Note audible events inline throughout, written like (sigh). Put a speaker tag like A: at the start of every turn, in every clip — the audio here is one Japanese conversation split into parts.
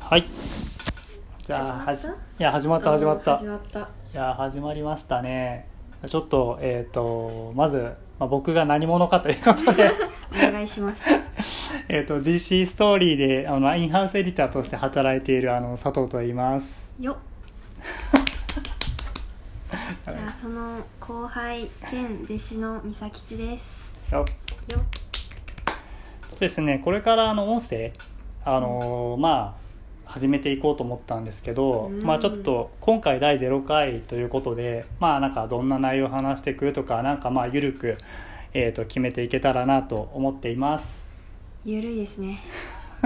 A: はい。じゃあ、はじ、いや、始まった、始まった。
B: 始まった
A: いや、始まりましたね。ちょっと、えっ、と、まず、まあ、僕が何者かということ (laughs) で。
B: お願い
A: (laughs)
B: します
A: えっと、GC ストーリーで、あの、インハウスエディターとして働いている、あの、佐藤と言います。
B: よっじゃあその後輩兼弟子の美咲吉です
A: よ
B: よっ
A: ですねこれからあの音声あのーまあ始めていこうと思ったんですけど、
B: うん
A: まあちょっと今回第0回ということでまあなんかどんな内容を話していくとかなんかまあ緩く、えー、と決めていけたらなと思っています (laughs)
B: ゆるいですね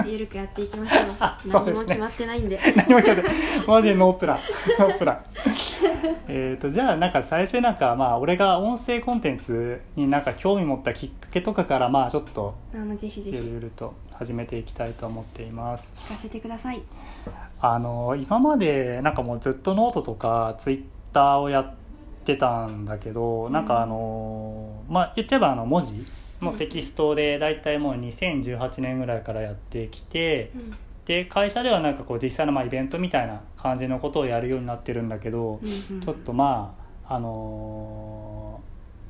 B: ゆるくやっていきましょう
A: あそう
B: 何
A: です
B: も
A: ね
B: 決まってない
A: (laughs)
B: んで
A: 何も言ってないマジでノープランノープラ
B: (laughs)
A: ンえっとじゃあなんか最初になんかまあ俺が音声コンテンツになんか興味持ったきっかけとかからまあちょっと
B: あもうぜひぜ
A: ゆる
B: ひ
A: ゆると始めていきたいと思っています
B: 聞かせてください
A: あの今までなんかもうずっとノートとかツイッターをやってたんだけど、なんかあのまあ言っちゃえばあの文字のテキストで大体もう2018年ぐらいからやってきて
B: うん
A: で会社ではなんかこう実際のまあイベントみたいな感じのことをやるようになってるんだけど、
B: うんうん
A: ちょっとまああの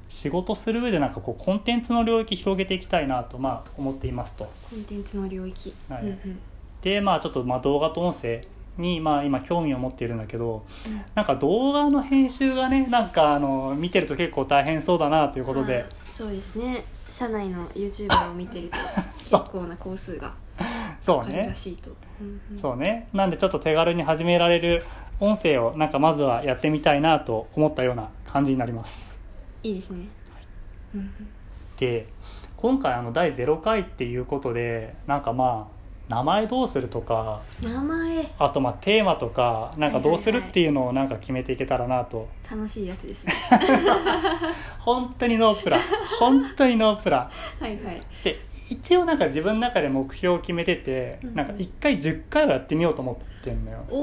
A: 仕事する上でなんかこうコンテンツの領域広げていきたいなとまあ思っていますと。
B: コンテンツの領域、
A: はい
B: うんうん
A: でまあちょっとまあ動画と音声にまあ今興味を持っているんだけど
B: うん
A: なんか動画の編集がねなんかあの見てると結構大変そうだなということで
B: はいそうですね社内の YouTuber を見てると結
A: (laughs) そう
B: 構な工数が
A: そう
B: かかるら
A: ね
B: しいと、うんうん
A: そうねなんでちょっと手軽に始められる音声をなんかまずはやってみたいなと思ったような感じになります
B: いいですね、うんうん
A: で今回あの第0回っていうことでなんかまあ名前どうするとか
B: 名前
A: あとまあテーマとかなんかどうするっていうのをなんか決めていけたらなと
B: 楽しいやつで
A: (laughs)
B: すね
A: 本当にノープラン本当にノープラ
B: はいはい
A: ンで一応なんか自分の中で目標を決めてて、
B: うん
A: なんか1回10回はやってみようと思ってんのよ
B: お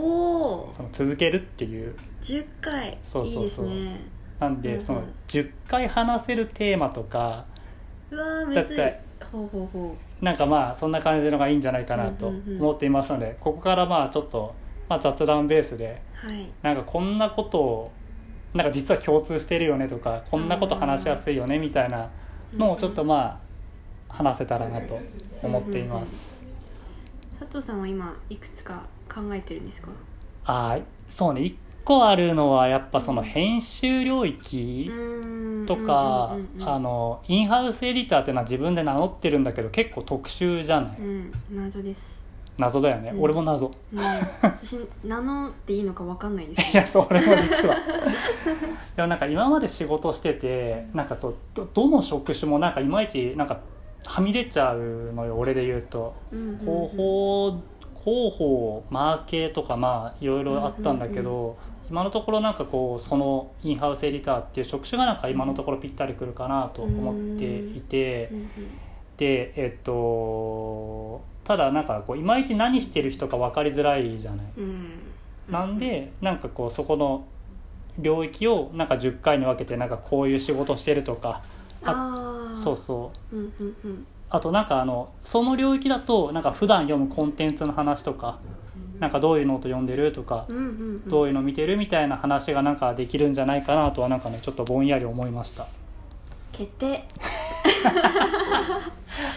B: お
A: その続けるっていう
B: 10回
A: そうそうそう
B: いいですね
A: なんで、
B: うんうん
A: その10回話せるテーマとか
B: うわー
A: だっ
B: むずい
A: て
B: ほうほうほ
A: なんかまあそんな感じのがいいんじゃないかなと
B: うんうんうん
A: 思っていますので、ここからまあちょっと、まあ、雑談ベースで
B: うはい
A: なんかこんなことをなんか実は共通してるよねとかこんなこと話しやすいよねみたいなのをちょっとまあ話せたらなと思っています。
B: 佐藤さんは今いくつか考えてるんですか
A: あーそうね1個あるのはやっぱその編集領域と
B: と
A: かあ
B: の
A: のインハウスエディターっていうのは自分で名乗ってるんだけど結構特殊じゃない
B: うん謎です、
A: 謎だよね
B: うん
A: 俺も謎 (laughs)
B: うん、私名乗っていいのかわかんないです
A: いやそう俺も実はでもなんか今まで仕事しててなんかそうどどの職種もなんかいまいちなんかはみ出ちゃうのよ俺で言うと
B: うんうんうん
A: 広報広報マーケーとかまあいろいろあったんだけど、今のところなんかこうそのインハウスエディターっていう職種がなんか今のところぴったりくるかなと思っていて、
B: うんうん
A: でえっとただなんかこういまいち何してる人か分かりづらいじゃない。
B: うん
A: なんでなんかこうそこの領域をなんか10回に分けてなんかこういう仕事してるとか
B: ああ
A: そうそう
B: うんうんうん
A: あとなんかあのその領域だとなんか普段読むコンテンツの話とかなんかどういうノート読んでるとか
B: うんうんうん
A: どういうの見てるみたいな話がなんかできるんじゃないかなとはなんかねちょっとぼんやり思いました
B: 決定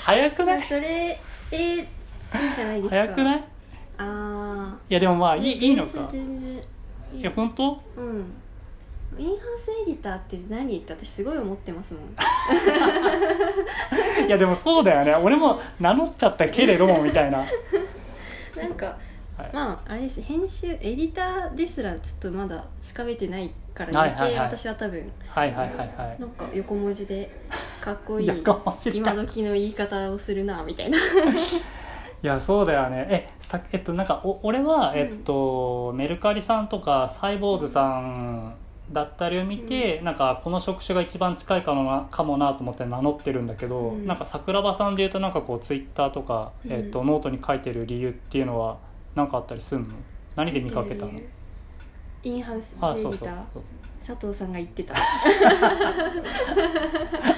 A: 早くない
B: それえいいじゃないですか
A: 早くないい
B: あ
A: いやでもまあ
B: あ
A: いいいいのか
B: 全然い
A: い
B: い
A: や本当
B: うんインハウスエディターって何って私すごい思ってますも
A: (laughs)
B: ん
A: いやでもそうだよね俺も名乗っちゃったけれどもみたいな
B: なんか、
A: はい
B: まああれです編集エディターですらちょっとまだつかめてないから
A: はい
B: 余
A: はい
B: 計
A: はい
B: 私は多分、
A: はいはいはい (laughs) はい
B: なんか横文字でかっこいい
A: 横文字だ
B: 今時の言い方をするなみたいな
A: いやそうだよねえさえっとなんかお俺は、
B: うん
A: えっとメルカリさんとかサイボーズさんだったりを見て、なんかこの職種が一番近いかもなかもなと思って名乗ってるんだけど、
B: うん
A: なんか桜庭さんでいうとなんかこうツイッターとか、
B: うん
A: えっと、ノートに書いてる理由っていうのは何かあったりすんの何 (laughs) で見かけたの
B: インハウスエデ
A: あそう
B: ィ
A: そ
B: タ
A: う
B: ー佐藤さんが言
A: (laughs)
B: ってた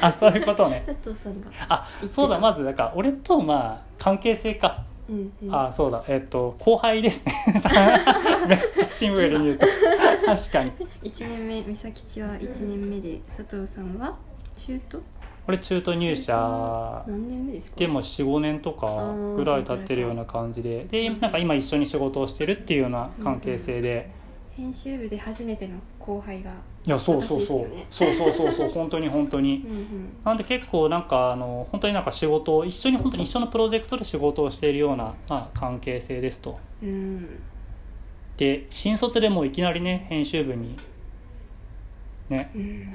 A: あそういうことね
B: 佐藤さんが
A: あそうだまずなんか俺とまあ関係性か
B: うんうん
A: あそうだえっと後輩ですねめっちゃシンプルに言うと確かに
B: 1年目美咲ちは1年目で佐藤さんは中途
A: 俺中途入社
B: 何年目ですか
A: でも45年とかぐらい経ってるような感じででなんか今一緒に仕事をしてるっていうような関係性で、
B: 編集部で初めての後輩が
A: いやそうそうそう、
B: 私
A: そうそうそうそう本当に本当に
B: うんうん
A: なんで結構なんかあの本当になんか仕事を一緒に本当に一緒のプロジェクトで仕事をしているような、まあ、関係性ですと
B: うん
A: で新卒でもういきなりね編集部にね
B: うん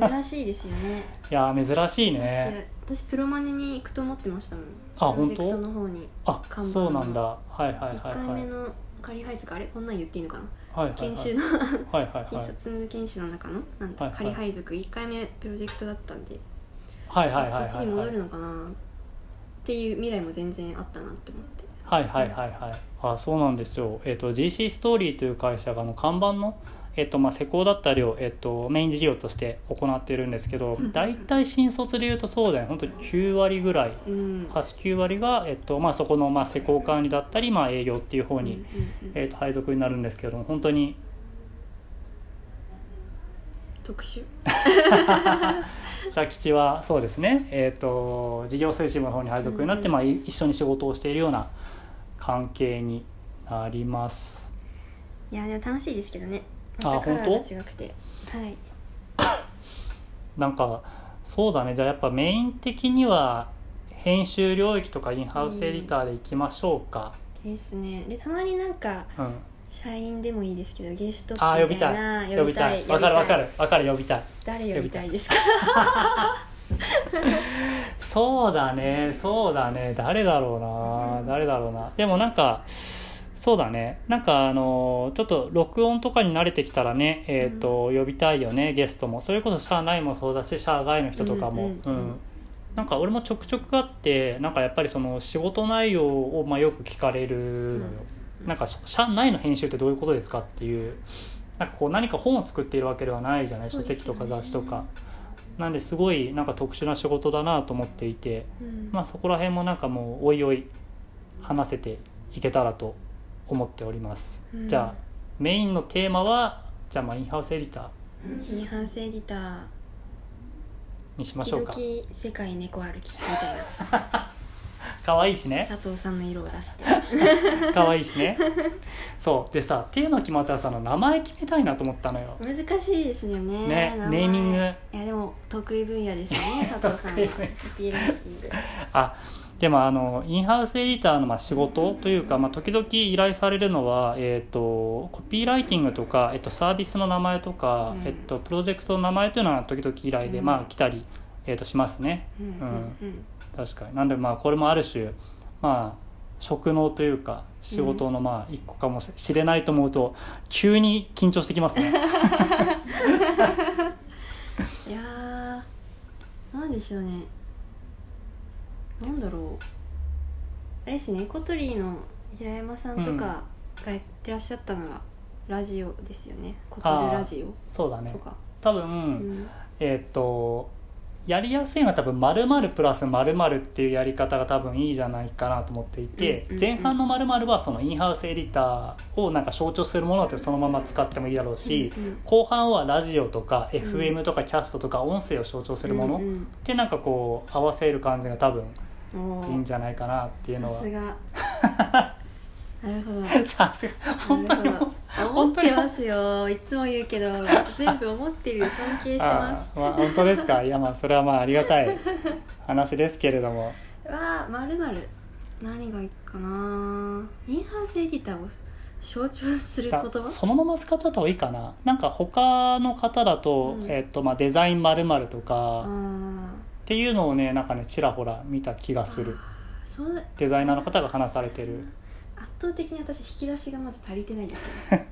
B: 珍しいですよ
A: (laughs)
B: ね
A: いやー珍しいね
B: で私プロマネに行くと思ってましたもん
A: あ本当
B: プロジェクトの方に
A: あ
B: 看板
A: そうなんだはいはいは
B: 1
A: い
B: 回
A: はい
B: 目の仮配属あれこんなん言っていいのかな
A: はいはい
B: 研
A: はい
B: 修の
A: はいはい
B: 新卒研修の中のなんだ
A: はいはい
B: 仮配属1回目プロジェクトだったんで
A: はいはい
B: そ
A: は
B: っ
A: い
B: ち
A: はい
B: に
A: は
B: 戻
A: い
B: るのかなっていう未来も全然あったなって思って
A: はいはいはいはいあそうなんですよ、えっと GC ストーリーという会社があの看板の、えっとまあ、施工だったりを、えっとメイン事業として行っているんですけど
B: うん
A: 大体新卒でいうとそうだよね本当に9割ぐらい
B: うん
A: 89割が、えっとまあ、そこの、まあ、施工管理だったり、まあ、営業っていう方に、
B: うんうんうん
A: えっと配属になるんですけども本当に
B: 特殊
A: 佐吉はそうですね、えっと事業推進部の方に配属になって、
B: うん
A: まあ、い一緒に仕事をしているような関係になります。
B: いやでも楽しいですけどね
A: あ
B: またカラー
A: 本当
B: が違くてはい
A: なんかそうだねじゃあやっぱメイン的には編集領域とかインハウスエディターでいきましょうか、
B: ですねでたまになんか
A: うん
B: 社員でもいいですけどゲストみ
A: ああ呼び
B: た
A: た
B: い
A: い
B: な
A: 呼びたい
B: 呼び
A: わかるわかるわかる呼びたい
B: 誰呼びたいですか
A: そうだねそうだね誰だろうな、
B: うん
A: 誰だろうなでもなんかそうだねなんかあのちょっと録音とかに慣れてきたらねえっ、と、呼びたいよねゲストもそれこそ社内もそうだし社外の人とかも
B: うんうんうん
A: うんなんか俺もちょくちょくあってなんかやっぱりその仕事内容をまあよく聞かれるのよ、
B: うん
A: なんかし社内の編集ってどういうことですかっていうなんかこう何か本を作っているわけではないじゃない、書
B: そうですよね
A: 籍とか雑誌とかなんですごいなんか特殊な仕事だなと思っていて、
B: うん
A: まあ、そこら辺もなんかもうおいおい話せていけたらと思っております、
B: うん
A: じゃあメインのテーマはじゃあまあインハウスエディター
B: インハウスエディター
A: にしましょうか
B: 時々世界猫歩きみ
A: (laughs)
B: たいな
A: 可愛いしね
B: 佐藤さんの色を出
A: (laughs)
B: して
A: 可愛いしねそうでさテーマ決まったらさあの名前決めたいなと思ったのよ
B: 難しいですよね
A: ね
B: 名前
A: ネーミング
B: いやでも得意分野ですよね佐藤さんは
A: 得意
B: コ
A: 分野
B: ピーライティング
A: あでもあのインハウスエディターのまあ仕事というか、まあ、時々依頼されるのは、えー、とコピーライティングとか、えっとサービスの名前とか、
B: うん
A: えっとプロジェクトの名前というのは時々依頼で、
B: うん
A: まあ、来たり、えっとしますね
B: うんうんうん
A: 確かになんでまあこれもある種、まあ、職能というか仕事のまあ一個かもしれないと思うと急に緊張してきますね
B: (laughs) いやーなんでしょうねなんだろうあれですねエコトリーの平山さんとかがやってらっしゃったのはラジオですよね「コトルラジオ
A: そうだ」ね
B: とか、
A: 多
B: う
A: 分、
B: ん
A: えーっとやりやすいのは多分〇〇プラス〇〇っていうやり方が多分いいじゃないかなと思っていて、
B: うんうんうん
A: 前半の〇〇はそのインハウスエディターをなんか象徴するものだってそのまま使ってもいいだろうし、
B: うんうん
A: 後半はラジオとか
B: ん
A: FM とかキャストとか音声を象徴するもの
B: う
A: っ
B: ん
A: てなんかこう合わせる感じが多分
B: うんおー
A: いいんじゃないかなっていうの
B: さ
A: は
B: す
A: (laughs)
B: がなるほど
A: さすが本当に
B: な
A: も
B: る
A: う
B: ほど思ってますよいつも言うけど全部思ってる尊敬してま
A: あーまあ本当ですかいやまあそれはまあありがたい話ですけれども
B: すわあまるまる何がいいかなインハウスエディターを象徴する言葉
A: あそのまま使っちゃった方がいいかななんか他の方だと,、
B: うん
A: えっとまあ、デザインまると
B: あ
A: か
B: ー
A: っていうのをねなんかねちらほら見た気がする
B: そう
A: デザイナーの方が話されてる
B: 圧倒的に私引き出しがまだ足りてないですね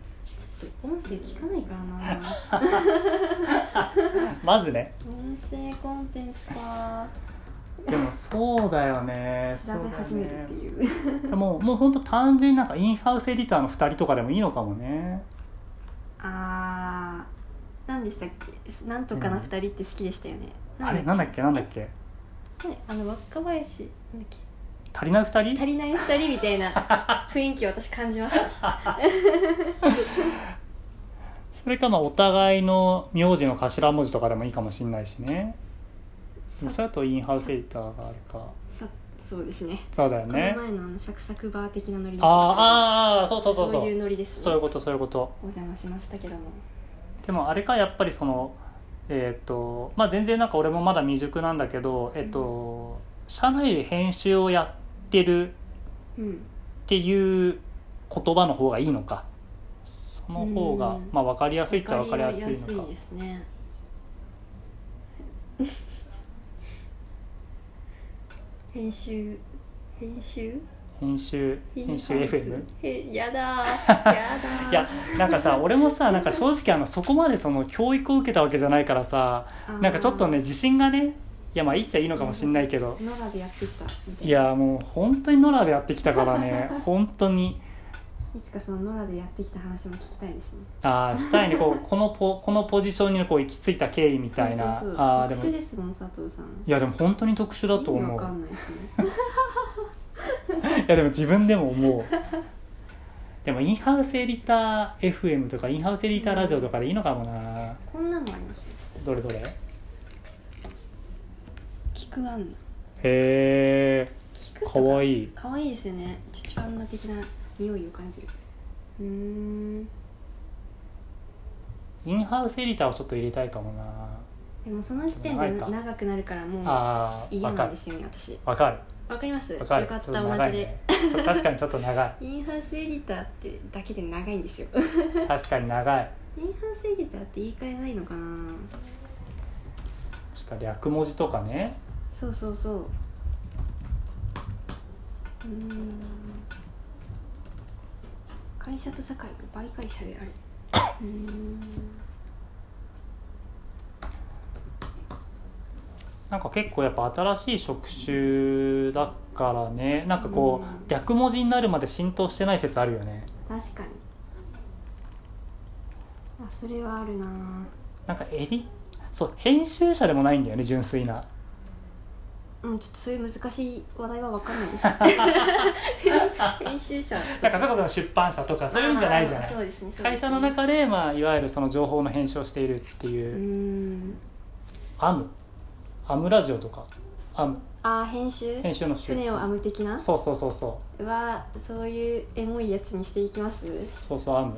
B: ちょっと音声聞かないからな
A: まずね
B: 音声コンテンツか
A: でもそうだよね
B: 調べ始めるってい
A: で
B: う
A: ももう本当単純になんかインハウスエディターの2人とかでもいいのかもね
B: あー何でしたっけなんとかな二人って好きでしたよね、
A: あれなんだっけなんだっけ
B: はいあの若林なんだっけ
A: 足りない2人
B: 足りない二人みたいな雰囲気を私感じました
A: それかまあお互いの名字の頭文字とかでもいいかもしれないしねでもそれだとインハウスエディターがあるか
B: さそうですね
A: そうだよ
B: この
A: ね
B: 前のあのサクサクバー的なノリです
A: あーあーそうそうそうそう
B: そういうノリです、ね、
A: そういうことそういうこと
B: お邪魔しましたけども
A: でもあれかやっぱりそのえーっとまあ全然なんか俺もまだ未熟なんだけどえっと社内で編集をやってる
B: うん
A: っていう言葉の方がいいのかその方が
B: うん
A: まあ分かりやすいっちゃ分かりやすい
B: わかり
A: の
B: や
A: か
B: すいですね編集編集
A: 編集編集 FM?
B: えやだーやだ
A: (laughs)
B: ー
A: いやなんかさ俺もさなんか正直あのそこまでその教育を受けたわけじゃないからさ
B: あー
A: なんかちょっとね自信がねいやまあいいっちゃいいのかもしれないけど
B: 野良でやってきたみたい
A: い
B: な
A: やもう本当に野良でやってきたから
B: (laughs)
A: ね本当に
B: いつかその野良でやってきた話も聞きたいですね
A: ああしたいね
B: (laughs)
A: こうこのポこのポジションにこう行き着いた経緯みたいな
B: そうそうそう
A: あーで
B: 特殊
A: も
B: ですもん佐藤さん
A: いやでも本当に特殊だと
B: 意味
A: 思
B: わ
A: う
B: かんないですね
A: いやでも自分でも思うでもインハウスエディター FM とかインハウスエディターラジオとかでいいのかもな
B: こんなのもありますよ
A: どれどれへ
B: 聞くアンナ
A: え
B: 聞く
A: かわ
B: い
A: いい
B: かわいいですよねチュチュアンナ的な匂いを感じるうーん
A: インハウスエディターをちょっと入れたいかもな
B: でもその時点で
A: 長いか
B: 長くなるからも
A: あ
B: う
A: ー
B: 嫌
A: わ
B: な
A: か
B: んで
A: る
B: すよね私
A: わかる
B: わかります
A: わかる
B: よかっ
A: ちょったと
B: 同
A: 長い
B: じで
A: ねちょっと確かにちょっと長い
B: インハウスエディターってだけで長いん (laughs) ですよ
A: 確かに長い
B: インハウスエディターって言い換えないのかな
A: しか略文字とかね
B: そうそうそううーん会社と社会が媒介者 (laughs) であるうーん
A: なんか結構やっぱ新しい職種だからねなんかこう、
B: うん
A: 略文字になるまで浸透してない説あるよね
B: 確かにあそれはあるな
A: なんかエディそう編集者でもないんだよね純粋な
B: うんちょっとそういう難しい話題は分かんないです
A: (laughs)
B: 編集者
A: なんかそれこそ出版社とかそういうんじゃないじゃな
B: あー
A: い
B: そうですねそうで
A: 会
B: すね
A: 社の中で、まあ、いわゆるその情報の編集をしているって
B: うー
A: いう、
B: ん
A: アムアムラジオとかアム
B: あー編集
A: 編集の集
B: 船を編む的な
A: そうそうそうそ
B: はそういうエモいやつにしていきます
A: うそうそうアム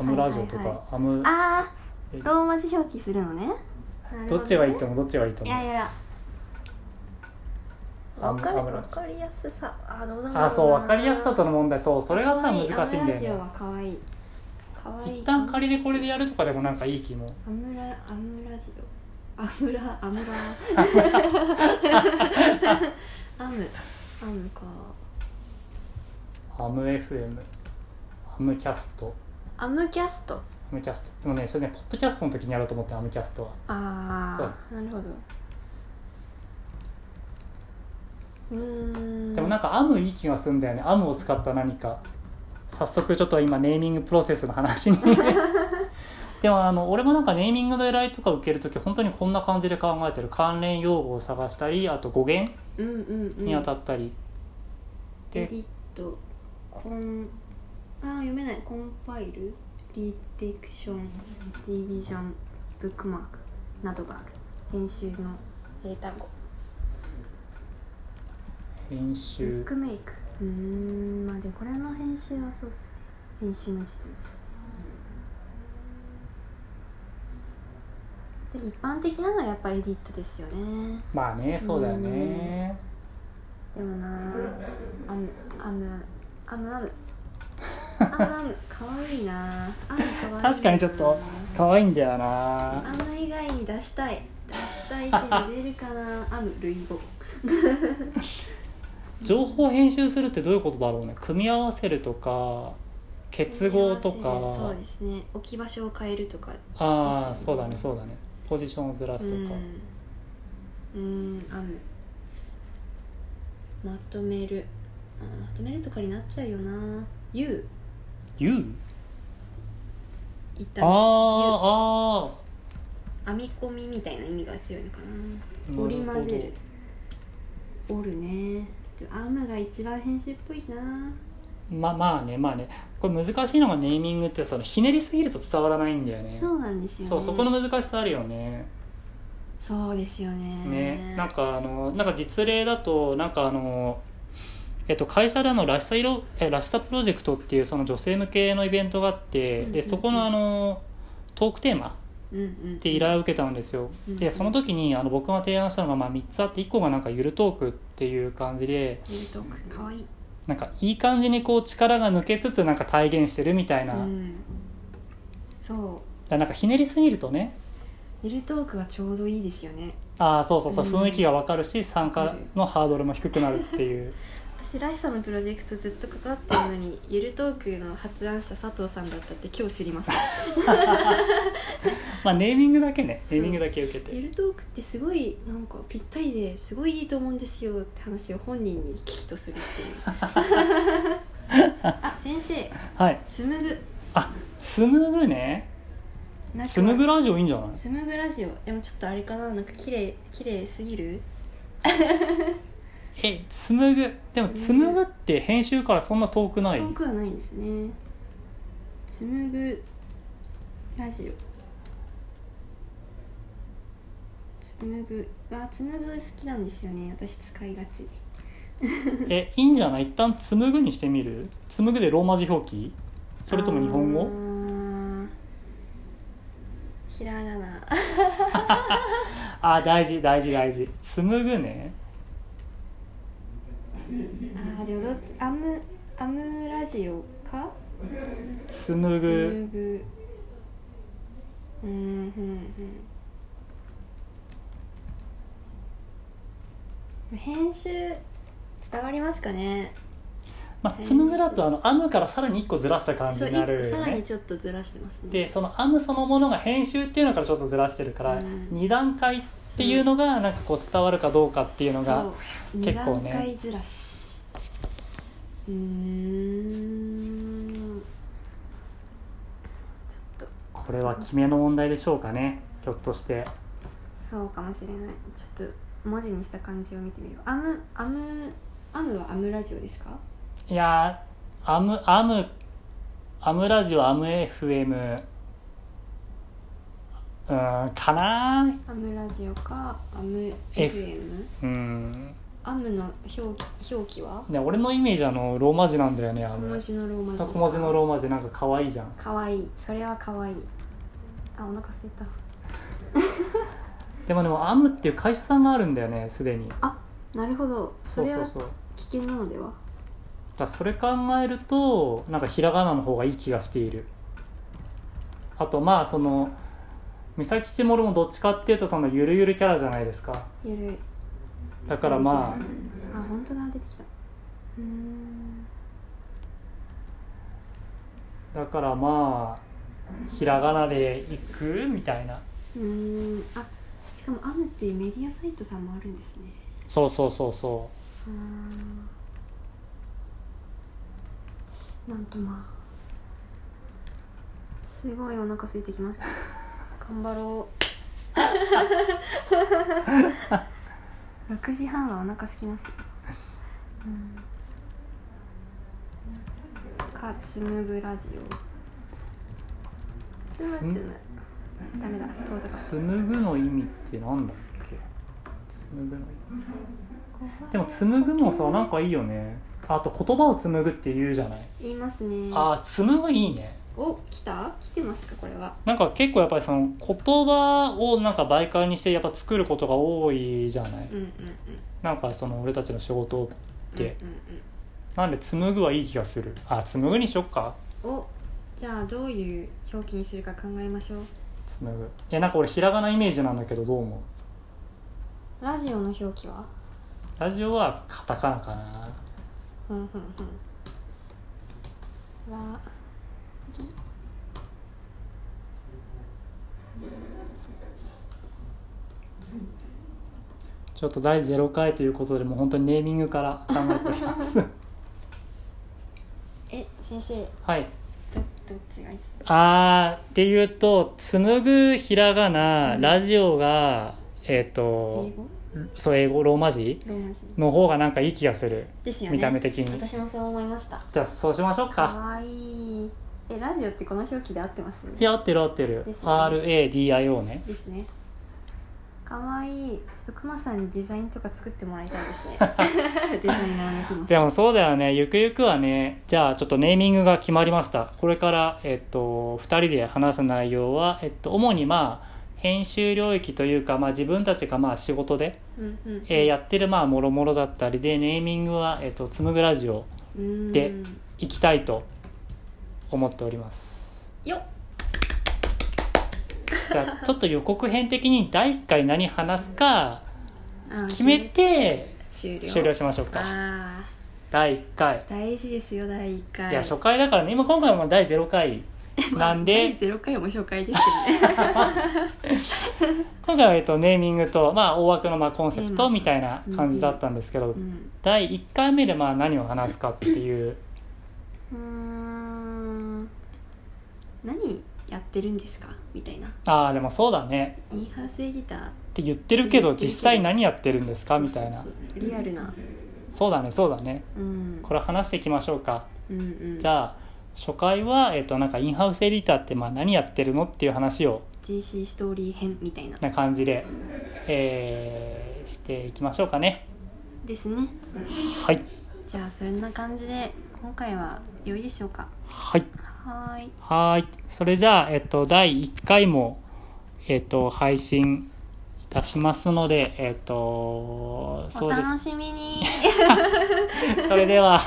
A: アムラジオとか、
B: はいはいはい
A: アム
B: あ
A: え
B: ーローマ字表記するのね
A: どっちがいいと
B: 思
A: 思うどっちがいいと
B: い
A: 思う
B: やいやいや
A: あ
B: わかる
A: あ
B: わかりやすさあどうだろうな
A: あそう分かりやすさとの問題そうそれがさ難しいんだ
B: アムラジオ
A: よね
B: は可愛い可愛い
A: 一旦仮でこれでやるとかでもなんかいい気も
B: アムラアムラジオアムラアム
A: (laughs)
B: ラアムアムか
A: アム FM アムキャスト
B: アムキャスト
A: アムキャストでもねそれねポッドキャストの時にやろうと思ってアムキャストはそう
B: ああなるほどうーん
A: でもなんかアムいい気がするんだよねアムを使った何か早速ちょっと今ネーミングプロセスの話 (laughs) にでもあの俺もなんかネーミングの依頼とか受ける時本当にこんな感じで考えてる関連用語を探したりあと語源
B: うんうんうん
A: に当たったり、
B: エデ
A: で
B: ィットコンあー読めないコンパイルリディクションディビジョンブックマークなどがある編集の英単語
A: 編
B: ブッ
A: 集
B: クメイクうーんまあでもこれの編集はそうっすね編集の実務っすで一般的なのはやっぱエディットですよね
A: まあねそうだよね
B: でもなあアムアムアムアムアムアムかわいいなアムかわいいな
A: 確かにちょっと可愛いんだよな
B: アム以外に出したい出したいけど出るかなアム類語
A: 情報編集するってどういうことだろうね組み合わせるとか結合とか
B: そうですね置き場所を変えるとか
A: ああ
B: です
A: そ
B: よね
A: うだねそうだねポジションをずら
B: う
A: すとか、
B: んうんアムまとめるうんまとめるとかになっちゃうよな U
A: 言う
B: 一
A: あー
B: 旦
A: あ
B: 編み込みみたいな意味が強いのかな
A: ー
B: 織り
A: なるほ
B: 交
A: ど
B: ぜる織るねでもアームが一番編集っぽいしな
A: まあまあねまあねこれ難しいのがネーミングってそのひねりすぎると伝わらないんだよね
B: そうなんですよね
A: そうそこの難しさあるよね
B: そうですよね
A: ねなんかあのなんか実例だとなんかあのえっと、会社であのらしさ色えらしさプロジェクトっていうその女性向けのイベントがあって、
B: うんうんう
A: で
B: ん
A: そこのあのトークテーマ
B: うんうん
A: って依頼を受けたんですよ、
B: うん
A: でその時にあの僕が提案したのがまあ3つあって1個がなんかゆるトークっていう感じで
B: ゆるトークかわいい
A: なんかいい感じにこう力が抜けつつなんか体現してるみたいな、
B: う
A: だか
B: んそ
A: らなんかひねりすぎるとね
B: うゆるトークはちょうどいいですよね
A: ああそうそうそう、
B: うん
A: 雰囲気がわかるし参加のハードルも低くなるっていう
B: (laughs) 私ライさんのプロジェクトずっと関わってるのにゆるトークの発案者佐藤さんだったって今日知りました
A: まあネーミングだけね
B: そう
A: ネーミングだけ受けて
B: ゆるトークってすごいなんかぴったりですごいいいと思うんですよって話を本人に聞きとする
A: (laughs)
B: っていうあ先生
A: はい
B: 紡ぐ
A: 紡ぐね
B: なんか
A: 紡ぐラジオいいんじゃない
B: スムグラジオでもちょっとあれかななんか綺麗綺麗すぎる
A: え紡ぐでも紡ぐって編集からそんな遠くない
B: 遠くはないですねスムグラジオつむぐわつむぐ好きなんですよね私使いがち
A: えいいんじゃない一旦紡ぐにしてみる紡ぐでローマ字表記それとも日本
B: あ
A: 語
B: ーひらがな
A: あー大事大事大事紡ぐね
B: あーでもどっアムアムラジオか
A: 紡
B: つ
A: ぐ
B: むぐうーんうんうん編集伝わりますかね
A: まあ紡ぐだとあの編むからさらに1個ずらした感じ
B: そう
A: に
B: い
A: なる
B: さ
A: よ
B: らに
A: ね
B: ちょっとずらしてますね
A: でその編むそのものが編集っていうのからちょっとずらしてるから、
B: うん
A: 2段階っていうのがなんかこう伝わるかどうかっていうのが
B: そう
A: 結構ね
B: 二段階ずらしうーんちょっと
A: これは決めの問題でしょうかねひょっとして
B: そうかもしれないちょっと文字にした感じを見てみようアムアムアムはアムラジオですか
A: いやーアムアムアムラジオアム FM うーんかなー
B: アムラジオかアム FM
A: うん
B: アムの表記表記は
A: ね俺のイメージあのローマ字なんだよねア
B: 小
A: ム
B: 文字のローマ字
A: そう小文字のローマ字なんか可愛いじゃん
B: かわいいそれはかわいいあお腹空いた
A: でもでもアムっていう会社さんがあるんだよねすでに
B: なるほど
A: そ
B: そうれ
A: そう
B: は
A: そうだか
B: 危険なのでは
A: らそれ考えるとなんかひらがなの方がいい気がしているあとまあその三崎千ももどっちかっていうとそのゆるゆるキャラじゃないですか
B: ゆるい
A: だからまあ
B: あ本当だ出てきたうーん
A: だからまあひらがなで行くみたいな
B: うーんあしかもアムっていうメディアサイトさんもあるんですね
A: そうそうそうそう
B: ーんなんとまあすごいお腹空いてきま (laughs) した頑張ろう6時半はお腹空きますよ、うん、か紡ぐラジオつむつむダメだ遠ざ
A: う
B: かる
A: 紡ぐの意味ってなんだっけ紡ぐの意味でも紡ぐもさなんかいいよねあと言葉を紡ぐって言うじゃない
B: 言いますね
A: ああ紡ぐいいね
B: お来た来てますかこれは
A: なんか結構やっぱりその言葉をなんか媒介にしてやっぱ作ることが多いじゃない
B: うんうんうん
A: なんかその俺たちの仕事って
B: うんうんうん
A: なんで紡ぐはいい気がするあ紡ぐにしよっか
B: おじゃあどういう表記にするか考えましょう
A: 紡ぐいやなんか俺ひらがなイメージなんだけどどう思う
B: ラジオの表記は
A: ラジオはカタカナかな
B: うんうんうんわ
A: ちょっと第0回ということでもう本当にネーミングから考えており
B: (laughs)
A: ます
B: え先生
A: はい
B: どどっちがいいです
A: あーっていうと紡ぐひらがな、
B: うん
A: ラジオがえっ、と
B: 英語
A: そう英語ローマ字
B: ローマ字
A: の方がなんかいい気がする
B: ですよね
A: 見た目的に
B: 私もそう思いました
A: じゃあそうしましょう
B: か
A: か
B: わいいえラジオってこの表記で合ってます
A: いや合ってる合ってる、
B: ですね
A: RADIO ね
B: ですねかわいいちょっとクマさんにデザインとか作ってもらいた
A: (laughs)
B: いですねデザイナーのクマ
A: でもそうだよねゆくゆくはねじゃあちょっとネーミングが決まりましたこれから、えっと、2人で話す内容は、えっと、主にまあ編集領域というか、まあ、自分たちがまあ仕事で、
B: うんうんうん
A: えーやってるまあもろもろだったりでネーミングは、えっと、紡ぐラジオ
B: うーん
A: で行きたいと思っております
B: よっ
A: じゃあちょっと予告編的に第1回何話すか
B: あ
A: 決めて
B: 終了
A: 終了しましょうか
B: ああ
A: 第1回
B: 大事ですよ第一回
A: いや初回だからね今今回も第0回
B: (laughs)
A: なんで、
B: 第0回も紹介ですけどね
A: 今回は、えっと、ネーミングと、まあ、大枠のまあコンセプ
B: テーマ
A: トみたいな感じだったんですけど、
B: うん
A: 第1回目でまあ何を話すかって (laughs) いう
B: うーん何やってるんですかみたいな
A: ああでもそうだね
B: インハースエディター
A: って言ってるけど実際何やってるんですかみたいな
B: そうそうそうリアルな、
A: そうだねそうだね
B: うん、
A: これ話していきましょうか
B: うんうん
A: じゃあ初回は、えっと、なんかインハウスエディターってまあ何やってるのっていう話を
B: GC ストーリー編みたいな
A: な感じで、えーしていきましょうかね
B: ですね
A: はい
B: じゃあそんな感じで今回は良いでしょうか
A: はい
B: はーい
A: はーい。それじゃあ、えっと、第1回も、えっと、配信いたしますので、えっと、
B: お
A: そうで
B: 楽しみに
A: す。それでは、